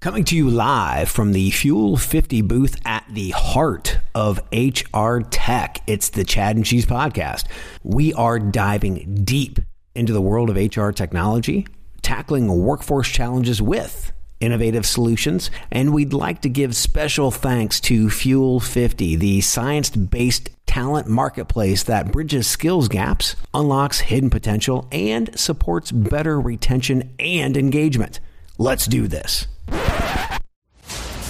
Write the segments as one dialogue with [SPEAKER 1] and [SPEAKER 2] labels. [SPEAKER 1] Coming to you live from the Fuel 50 booth at the heart of HR tech, it's the Chad and Cheese podcast. We are diving deep into the world of HR technology, tackling workforce challenges with innovative solutions, and we'd like to give special thanks to Fuel 50, the science based talent marketplace that bridges skills gaps, unlocks hidden potential, and supports better retention and engagement. Let's do this.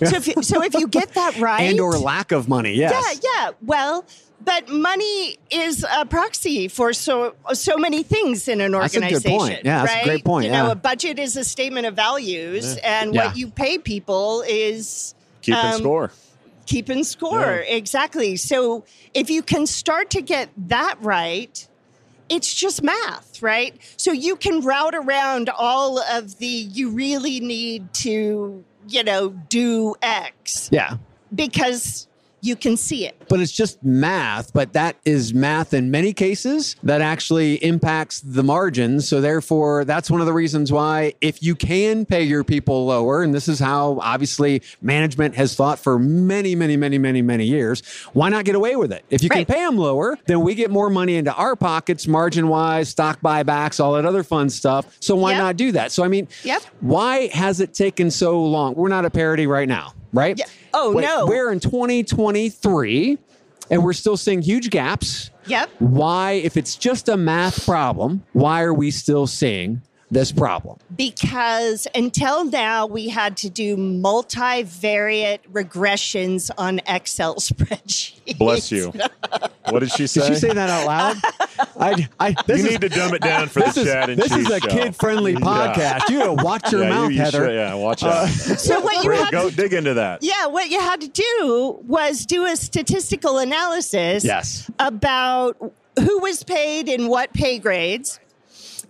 [SPEAKER 2] if, you- so if you get that right.
[SPEAKER 3] And or lack of money, yes.
[SPEAKER 2] Yeah, yeah. Well, but money is a proxy for so so many things in an
[SPEAKER 3] That's a good
[SPEAKER 2] organization.
[SPEAKER 3] point. Yeah, that's a
[SPEAKER 2] right?
[SPEAKER 3] great point,
[SPEAKER 2] You know,
[SPEAKER 3] yeah.
[SPEAKER 2] a budget is a statement of values, and
[SPEAKER 3] Yeah.
[SPEAKER 2] what you pay people is
[SPEAKER 4] Keeping
[SPEAKER 2] um,
[SPEAKER 4] score.
[SPEAKER 2] Keeping score, exactly. So if you can start to get that right. It's just math, right? So you can route around all of the you really need to, you know, do X
[SPEAKER 3] Yeah.
[SPEAKER 2] because you can see it.
[SPEAKER 3] But it's just math, but that is math in many cases that actually impacts the margins. So therefore, that's one of the reasons why if you can pay your people lower, and this is how obviously management has thought for many, many, many, many, many years, why not get away with it? If you
[SPEAKER 2] Right.
[SPEAKER 3] can pay them lower, then we get more money into our pockets, margin wise, stock buybacks, all that other fun stuff. So why
[SPEAKER 2] Yep.
[SPEAKER 3] not do that? So I mean,
[SPEAKER 2] Yep.
[SPEAKER 3] why has it taken so long? We're not at parity right now, right?
[SPEAKER 2] Yeah. Oh, no.
[SPEAKER 3] We're in 2023 and we're still seeing huge gaps.
[SPEAKER 2] Yep.
[SPEAKER 3] Why, if it's just a math problem, why are we still seeing this problem?
[SPEAKER 2] because until now we had to do multivariate regressions on Excel spreadsheets.
[SPEAKER 4] Bless you. What did she say?
[SPEAKER 3] Did you say that out loud? I, I, this
[SPEAKER 4] you
[SPEAKER 3] is,
[SPEAKER 4] need to dumb it down for
[SPEAKER 3] this
[SPEAKER 4] the
[SPEAKER 3] is,
[SPEAKER 4] Chad and
[SPEAKER 3] this
[SPEAKER 4] Cheese
[SPEAKER 3] is a
[SPEAKER 4] show.
[SPEAKER 3] kid friendly
[SPEAKER 4] Yeah.
[SPEAKER 3] podcast. You gotta watch your
[SPEAKER 4] Yeah,
[SPEAKER 3] mouth,
[SPEAKER 4] you, you
[SPEAKER 3] Heather. Uh,
[SPEAKER 4] should- yeah, watch out.
[SPEAKER 2] So what you
[SPEAKER 4] Bro,
[SPEAKER 2] had
[SPEAKER 4] go
[SPEAKER 2] to,
[SPEAKER 4] dig into that.
[SPEAKER 2] yeah, what you had to do was do a statistical analysis
[SPEAKER 3] Yes.
[SPEAKER 2] about who was paid in what pay grades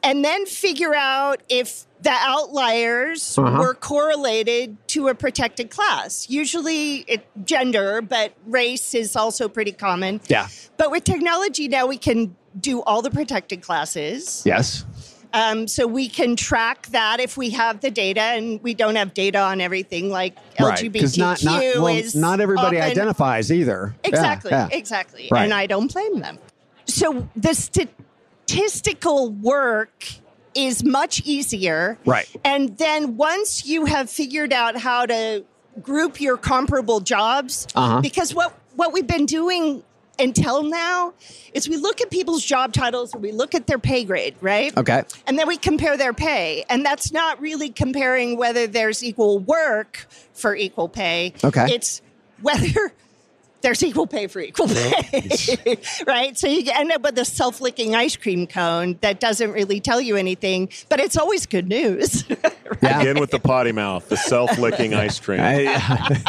[SPEAKER 2] and then figure out if the outliers
[SPEAKER 3] Uh-huh.
[SPEAKER 2] were correlated to a protected class. Usually it gender, but race is also pretty common.
[SPEAKER 3] Yeah.
[SPEAKER 2] But with technology now, we can do all the protected classes.
[SPEAKER 3] Yes.
[SPEAKER 2] Um, so we can track that if we have the data, and we don't have data on everything like
[SPEAKER 3] Right.
[SPEAKER 2] LGBTQ
[SPEAKER 3] not, not, well,
[SPEAKER 2] is
[SPEAKER 3] not everybody
[SPEAKER 2] often-
[SPEAKER 3] identifies either. Yeah,
[SPEAKER 2] Exactly,
[SPEAKER 3] yeah.
[SPEAKER 2] exactly.
[SPEAKER 3] Right.
[SPEAKER 2] And I don't blame them. So the statistical work is much easier.
[SPEAKER 3] Right.
[SPEAKER 2] And then once you have figured out how to group your comparable jobs,
[SPEAKER 3] Uh-huh.
[SPEAKER 2] because what, what we've been doing until now is we look at people's job titles and we look at their pay grade, right?
[SPEAKER 3] Okay.
[SPEAKER 2] And then we compare their pay. And that's not really comparing whether there's equal work for equal pay.
[SPEAKER 3] Okay.
[SPEAKER 2] It's whether there's equal pay for equal pay, right? So you end up with a self licking ice cream cone that doesn't really tell you anything, but it's always good news.
[SPEAKER 5] Yeah.
[SPEAKER 4] Again with the potty mouth, the self-licking ice cream,
[SPEAKER 5] I,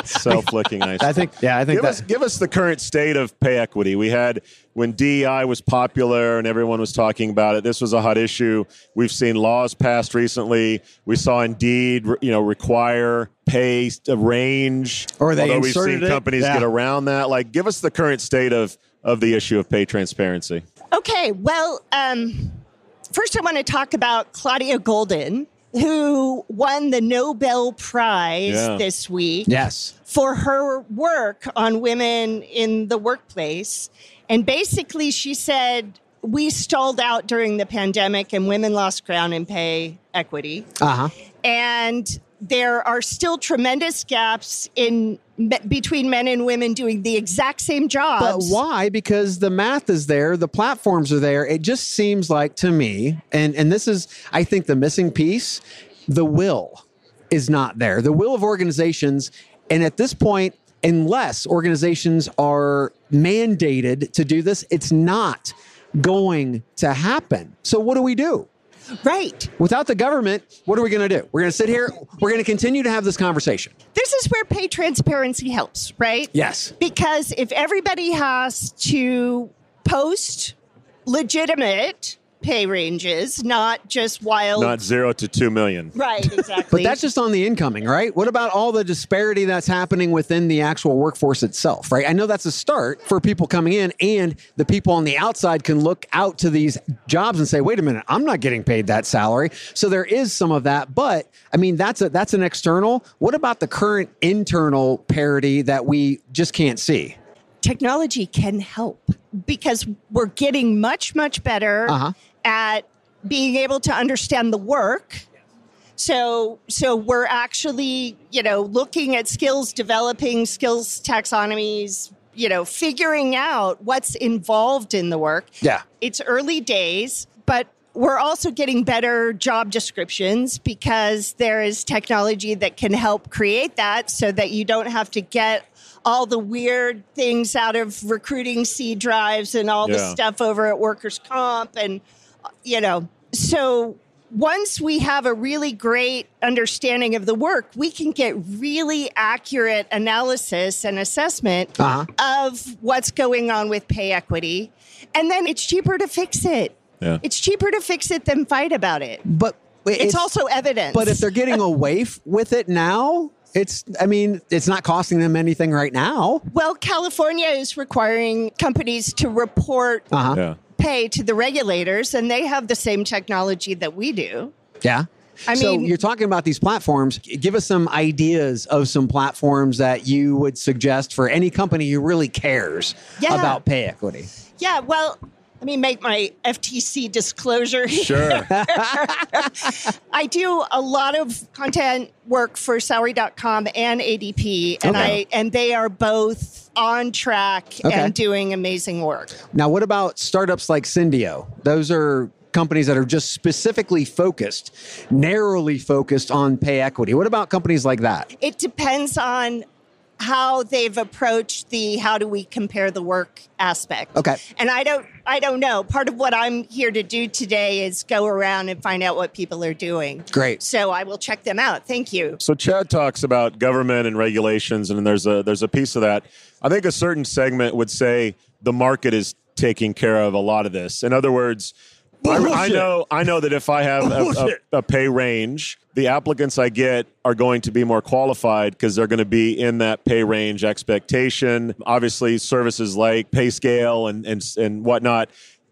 [SPEAKER 4] self-licking ice cream.
[SPEAKER 5] I think, yeah, I think
[SPEAKER 4] Give
[SPEAKER 5] that,
[SPEAKER 4] us give us the current state of pay equity. We had when DEI was popular and everyone was talking about it. This was a hot issue. We've seen laws passed recently. We saw Indeed, you know, require pay a range.
[SPEAKER 5] Or they
[SPEAKER 4] although we've
[SPEAKER 5] inserted
[SPEAKER 4] seen
[SPEAKER 5] it.
[SPEAKER 4] companies
[SPEAKER 5] Yeah.
[SPEAKER 4] get around that. Like, give us the current state of of the issue of pay transparency.
[SPEAKER 2] Okay, well, um, first I want to talk about Claudia Golden, who won the Nobel Prize
[SPEAKER 4] Yeah.
[SPEAKER 2] this week
[SPEAKER 5] yes.
[SPEAKER 2] for her work on women in the workplace. And basically, she said, We stalled out during the pandemic and women lost ground in pay equity.
[SPEAKER 5] Uh huh.
[SPEAKER 2] And there are still tremendous gaps in me- between men and women doing the exact same
[SPEAKER 5] But
[SPEAKER 2] jobs.
[SPEAKER 5] Uh, why? Because the math is there, the platforms are there. It just seems like to me, and and this is, I think, the missing piece. The will is not there. The will of organizations, and at this point, unless organizations are mandated to do this, it's not going to happen. So what do we do?
[SPEAKER 2] Right.
[SPEAKER 5] Without the government, what are we going to do? We're going to sit here. We're going to continue to have this conversation.
[SPEAKER 2] this is where pay transparency helps, right?
[SPEAKER 5] Yes.
[SPEAKER 2] Because if everybody has to post legitimate pay ranges, not just wild.
[SPEAKER 4] Not zero to two million.
[SPEAKER 2] right, exactly.
[SPEAKER 5] But that's just on the incoming, right? What about all the disparity that's happening within the actual workforce itself, right? I know that's a start for people coming in, and the people on the outside can look out to these jobs and say, "Wait a minute, I'm not getting paid that salary." So there is some of that, but I mean, that's a that's an external. What about the current internal parity that we just can't see?
[SPEAKER 2] technology can help because we're getting much much better
[SPEAKER 5] Uh-huh.
[SPEAKER 2] at being able to understand the work so so we're actually you know looking at skills developing skills taxonomies you know figuring out what's involved in the work
[SPEAKER 5] Yeah.
[SPEAKER 2] it's early days but we're also getting better job descriptions because there is technology that can help create that so that you don't have to get all the weird things out of recruiting C drives and all the
[SPEAKER 4] Yeah.
[SPEAKER 2] stuff over at workers comp and uh, you know so once we have a really great understanding of the work we can get really accurate analysis and assessment
[SPEAKER 5] Uh-huh.
[SPEAKER 2] of what's going on with pay equity. And then it's cheaper to fix it.
[SPEAKER 4] Yeah.
[SPEAKER 2] It's cheaper to fix it than fight about it.
[SPEAKER 5] But
[SPEAKER 2] It's, also evidence.
[SPEAKER 5] But if they're getting away f- with it now, it's I mean, it's not costing them anything right now.
[SPEAKER 2] well, California is requiring companies to report
[SPEAKER 5] Uh huh.
[SPEAKER 4] Yeah.
[SPEAKER 2] pay to the regulators, and they have the same technology that we do.
[SPEAKER 5] Yeah.
[SPEAKER 2] I
[SPEAKER 5] so
[SPEAKER 2] mean-
[SPEAKER 5] you're talking about these platforms. Give us some ideas of some platforms that you would suggest for any company who really cares
[SPEAKER 2] Yeah.
[SPEAKER 5] about pay equity.
[SPEAKER 2] Yeah, well, let me make my FTC disclosure. here.
[SPEAKER 4] Sure.
[SPEAKER 2] I do a lot of content work for salary.com and ADP, and I
[SPEAKER 5] Okay.
[SPEAKER 2] and they are both on track
[SPEAKER 5] Okay.
[SPEAKER 2] and doing amazing work.
[SPEAKER 5] Now, what about startups like Syndio? Those are companies that are just specifically focused, narrowly focused on pay equity. What about companies like that?
[SPEAKER 2] It depends on how they've approached the how do we compare the work aspect.
[SPEAKER 5] Okay.
[SPEAKER 2] And I don't I don't know. Part of what I'm here to do today is go around and find out what people are doing.
[SPEAKER 5] Great.
[SPEAKER 2] So I will check them out. Thank you.
[SPEAKER 4] So Chad talks about government and regulations, and there's a there's a piece of that. I think a certain segment would say the market is taking care of a lot of this. In other words, I, I know I know that if I have a,
[SPEAKER 6] Bullshit.
[SPEAKER 4] a, a pay range, the applicants I get are going to be more qualified because they're going to be in that pay range expectation. Obviously, services like pay scale and and and whatnot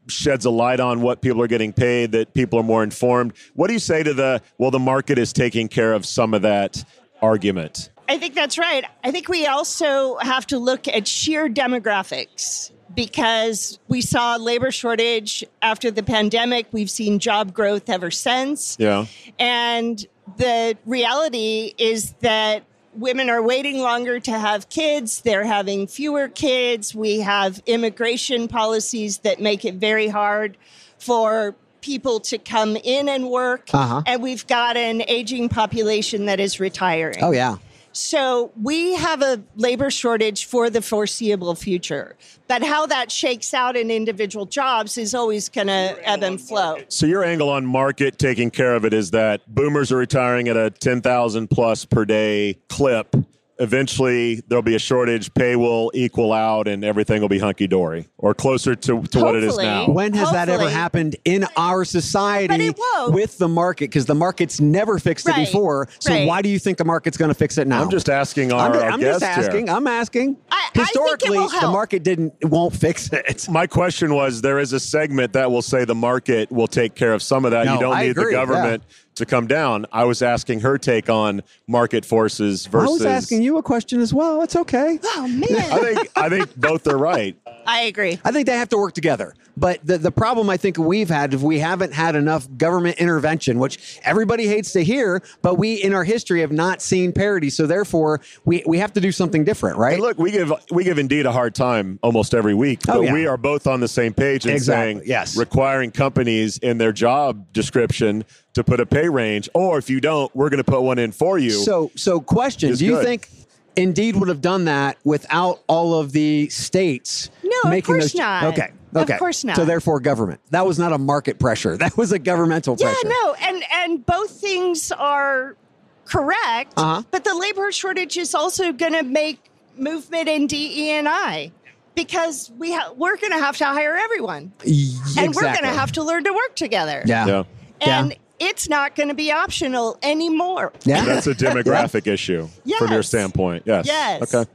[SPEAKER 4] sheds a light on what people are getting paid that people are more informed what do you say to the well the market is taking care of some of that argument
[SPEAKER 2] I think that's right. I think we also have to look at sheer demographics because we saw labor shortage after the pandemic. We've seen job growth ever since.
[SPEAKER 4] yeah
[SPEAKER 2] And the reality is that women are waiting longer to have kids, they're having fewer kids. We have immigration policies that make it very hard for people to come in and work.
[SPEAKER 5] Uh-huh.
[SPEAKER 2] And we've got an aging population that is retiring.
[SPEAKER 5] Oh, yeah.
[SPEAKER 2] So we have a labor shortage for the foreseeable future. But how that shakes out in individual jobs is always going to ebb and flow.
[SPEAKER 4] So your angle on market taking care of it is that boomers are retiring at a 10,000 plus per day clip. Eventually, there'll be a shortage. Pay will equal out, and everything will be hunky dory or closer to, to what it is
[SPEAKER 2] Hopefully.
[SPEAKER 4] now.
[SPEAKER 5] When has that ever
[SPEAKER 2] Hopefully.
[SPEAKER 5] happened in our
[SPEAKER 2] But
[SPEAKER 5] society
[SPEAKER 2] it won't.
[SPEAKER 5] with the market? Because the market's never fixed
[SPEAKER 2] Right,
[SPEAKER 5] it before. So
[SPEAKER 2] right.
[SPEAKER 5] why do you think the market's going to fix it now?
[SPEAKER 4] I'm just asking our,
[SPEAKER 5] I'm, ju-
[SPEAKER 4] our
[SPEAKER 5] I'm
[SPEAKER 4] guest
[SPEAKER 5] just asking.
[SPEAKER 4] here.
[SPEAKER 5] I'm asking.
[SPEAKER 2] I- I think it
[SPEAKER 5] Historically,
[SPEAKER 2] will
[SPEAKER 5] the
[SPEAKER 2] help.
[SPEAKER 5] market didn't won't fix it.
[SPEAKER 4] My question was: There is a segment that will say the market will take care of some of that.
[SPEAKER 5] No,
[SPEAKER 4] you don't
[SPEAKER 5] I
[SPEAKER 4] need the
[SPEAKER 5] agree, yeah.
[SPEAKER 4] government to come down. I was asking her take on market forces
[SPEAKER 5] I
[SPEAKER 4] versus.
[SPEAKER 5] was asking you a question as well. It's okay.
[SPEAKER 2] Oh,
[SPEAKER 4] I
[SPEAKER 2] man.
[SPEAKER 4] think I think both are right.
[SPEAKER 2] I agree.
[SPEAKER 5] I think they have to work together. But the, the problem I think we've had is we haven't had enough government intervention, which everybody hates to hear, but we in our history have not seen parity. So therefore, we, we have to do something different, right?
[SPEAKER 4] And look, we give we give Indeed a hard time almost every week,
[SPEAKER 5] Oh,
[SPEAKER 4] but
[SPEAKER 5] yeah.
[SPEAKER 4] we are both on the same page in
[SPEAKER 5] Exactly,
[SPEAKER 4] saying
[SPEAKER 5] yes.
[SPEAKER 4] requiring companies in their job description to put a pay range, or if you don't, we're going to put one in for you.
[SPEAKER 5] So, so question:
[SPEAKER 4] It's
[SPEAKER 5] Do you
[SPEAKER 4] good.
[SPEAKER 5] think Indeed would have done that without all of the states?
[SPEAKER 2] No, of
[SPEAKER 5] making
[SPEAKER 2] course
[SPEAKER 5] those-
[SPEAKER 2] not.
[SPEAKER 5] Okay,
[SPEAKER 2] Of
[SPEAKER 5] okay.
[SPEAKER 2] course not.
[SPEAKER 5] So therefore, government. That was not a market pressure. That was a governmental
[SPEAKER 2] Yeah,
[SPEAKER 5] pressure.
[SPEAKER 2] no, and and both things are correct.
[SPEAKER 5] Uh-huh.
[SPEAKER 2] But the labor shortage is also going to make movement in DE and I because we ha- we're going to have to hire everyone,
[SPEAKER 5] Y-
[SPEAKER 2] and we're
[SPEAKER 5] exactly.
[SPEAKER 2] going to have to learn to work together.
[SPEAKER 5] Yeah.
[SPEAKER 4] yeah,
[SPEAKER 2] and
[SPEAKER 5] yeah.
[SPEAKER 2] it's not going to be optional anymore.
[SPEAKER 5] Yeah.
[SPEAKER 4] that's a demographic issue from your
[SPEAKER 2] Yes.
[SPEAKER 4] standpoint. Yes.
[SPEAKER 2] Yes.
[SPEAKER 4] Okay.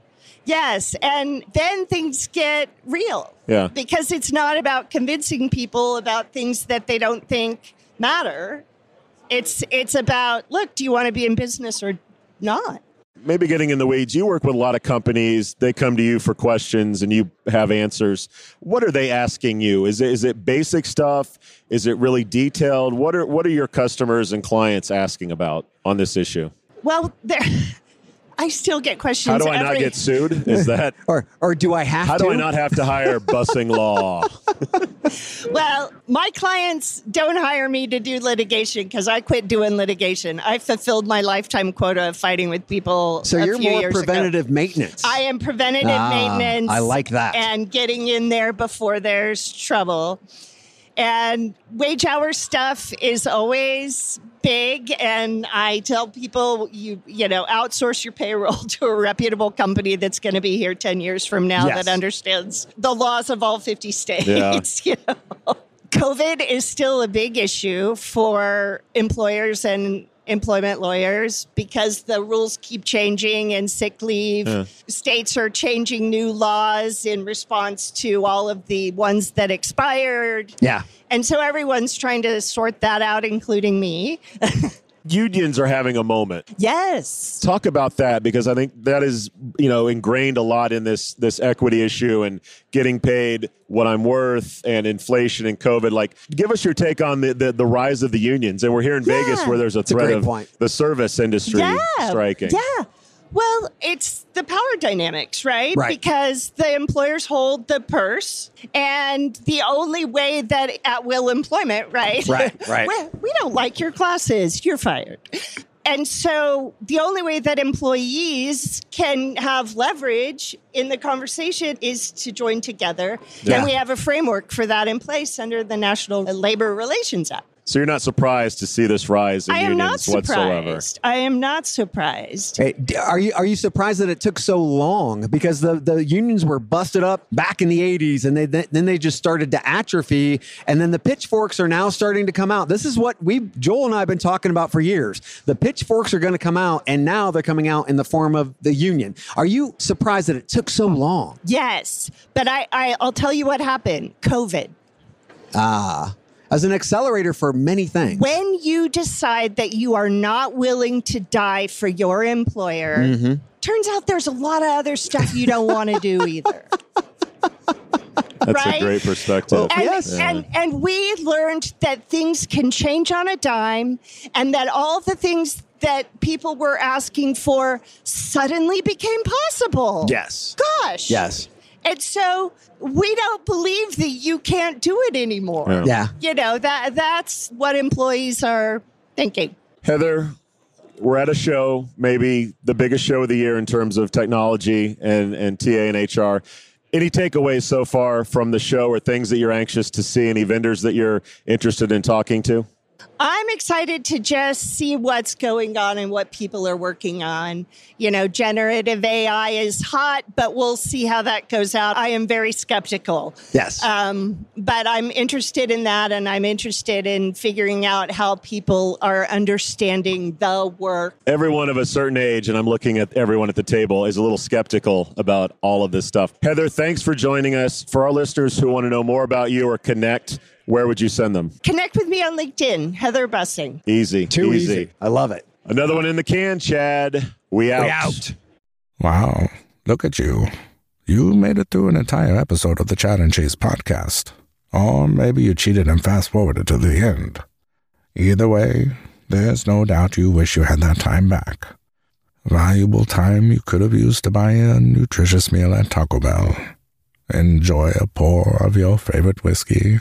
[SPEAKER 2] Yes, and then things get real.
[SPEAKER 4] Yeah.
[SPEAKER 2] Because it's not about convincing people about things that they don't think matter. It's it's about, look, do you want to be in business or not?
[SPEAKER 4] maybe getting in the weeds, you work with a lot of companies. They come to you for questions and you have answers. What are they asking you? Is it, is it basic stuff? Is it really detailed? What are, what are your customers and clients asking about on this issue?
[SPEAKER 2] Well, there I still get questions
[SPEAKER 4] How do I
[SPEAKER 2] every
[SPEAKER 4] not get sued? Is that,
[SPEAKER 5] Or, or do I have
[SPEAKER 4] how
[SPEAKER 5] to?
[SPEAKER 4] do I not have to hire busing law?
[SPEAKER 2] Well, my clients don't hire me to do litigation because I quit doing litigation. I fulfilled my lifetime quota of fighting with people.
[SPEAKER 5] So
[SPEAKER 2] a
[SPEAKER 5] you're
[SPEAKER 2] few
[SPEAKER 5] more
[SPEAKER 2] years ago.
[SPEAKER 5] preventative maintenance.
[SPEAKER 2] I am preventative
[SPEAKER 5] Ah,
[SPEAKER 2] maintenance.
[SPEAKER 5] I like that.
[SPEAKER 2] And getting in there before there's trouble. And wage hour stuff is always big. And I tell people you, you know, outsource your payroll to a reputable company that's going to be here 10 years from now
[SPEAKER 5] Yes.
[SPEAKER 2] that understands the laws of all 50 states.
[SPEAKER 4] Yeah.
[SPEAKER 2] You know? COVID is still a big issue for employers and employment lawyers because the rules keep changing and sick leave. States are changing new laws in response to all of the ones that expired.
[SPEAKER 5] yeah.
[SPEAKER 2] And so everyone's trying to sort that out, including me.
[SPEAKER 4] Unions are having a moment.
[SPEAKER 2] Yes.
[SPEAKER 4] talk about that because I think that is you know ingrained a lot in this this equity issue and getting paid what I'm worth and inflation and COVID. Like, give us your take on the the, the rise of the unions, and we're here in Vegas
[SPEAKER 2] Yeah.
[SPEAKER 4] where there's a
[SPEAKER 5] a
[SPEAKER 4] threat
[SPEAKER 5] great
[SPEAKER 4] of
[SPEAKER 5] point.
[SPEAKER 4] the service industry striking.
[SPEAKER 2] Yeah. Well, it's the power dynamics, right?
[SPEAKER 5] Right.
[SPEAKER 2] Because the employers hold the purse, and the only way that at will employment, right?
[SPEAKER 5] Right, right.
[SPEAKER 2] well, we don't like your classes, you're fired. And so the only way that employees can have leverage in the conversation is to join together.
[SPEAKER 5] Yeah.
[SPEAKER 2] And we have a framework for that in place under the National Labor Relations Act.
[SPEAKER 4] So you're not surprised to see this rise in
[SPEAKER 2] I am not
[SPEAKER 4] unions whatsoever.
[SPEAKER 2] surprised. I am not surprised.
[SPEAKER 5] Hey, d- are you are you surprised that it took so long? Because the, the unions were busted up back in the '80s, and they then they just started to atrophy, and then the pitchforks are now starting to come out. This is what we Joel and I have been talking about for years. The pitchforks are going to come out, and now they're coming out in the form of the union. Are you surprised that it took so long?
[SPEAKER 2] Yes, but I, I I'll tell you what happened. COVID.
[SPEAKER 5] As an accelerator for many things,
[SPEAKER 2] When you decide that you are not willing to die for your employer,
[SPEAKER 4] Mm-hmm.
[SPEAKER 2] turns out there's a lot of other stuff you don't want to do either.
[SPEAKER 4] That's
[SPEAKER 2] Right?
[SPEAKER 4] a great perspective.
[SPEAKER 2] And,
[SPEAKER 5] Yes.
[SPEAKER 2] and and we learned that things can change on a dime and that all the things that people were asking for suddenly became possible.
[SPEAKER 5] yes,
[SPEAKER 2] Gosh.
[SPEAKER 5] yes,
[SPEAKER 2] And so we don't believe that you can't do it anymore.
[SPEAKER 4] Yeah.
[SPEAKER 5] yeah.
[SPEAKER 2] you know that that's what employees are thinking
[SPEAKER 4] Heather, we're at a show, maybe the biggest show of the year in terms of technology and, and TA and HR. Any takeaways so far from the show or things that you're anxious to see? Any vendors that you're interested in talking to?
[SPEAKER 2] I'm excited to just see what's going on and what people are working on. You know, generative AI is hot, but we'll see how that goes out. I am very skeptical.
[SPEAKER 5] Yes.
[SPEAKER 2] Um, but I'm interested in that, and I'm interested in figuring out how people are understanding the work.
[SPEAKER 4] Everyone of a certain age, and I'm looking at everyone at the table, is a little skeptical about all of this stuff. Heather, thanks for joining us. For our listeners who want to know more about you or connect, where would you send them?
[SPEAKER 2] Connect with me on LinkedIn, Heather Bussing.
[SPEAKER 4] Easy.
[SPEAKER 5] Too easy. I love it.
[SPEAKER 4] Another one in the can, Chad. We out.
[SPEAKER 5] We out.
[SPEAKER 7] Wow, look at you. You made it through an entire episode of the Chat and Cheese podcast. Or maybe you cheated and fast forwarded to the end. Either way, there's no doubt you wish you had that time back. Valuable time you could have used to buy a nutritious meal at Taco Bell, enjoy a pour of your favorite whiskey,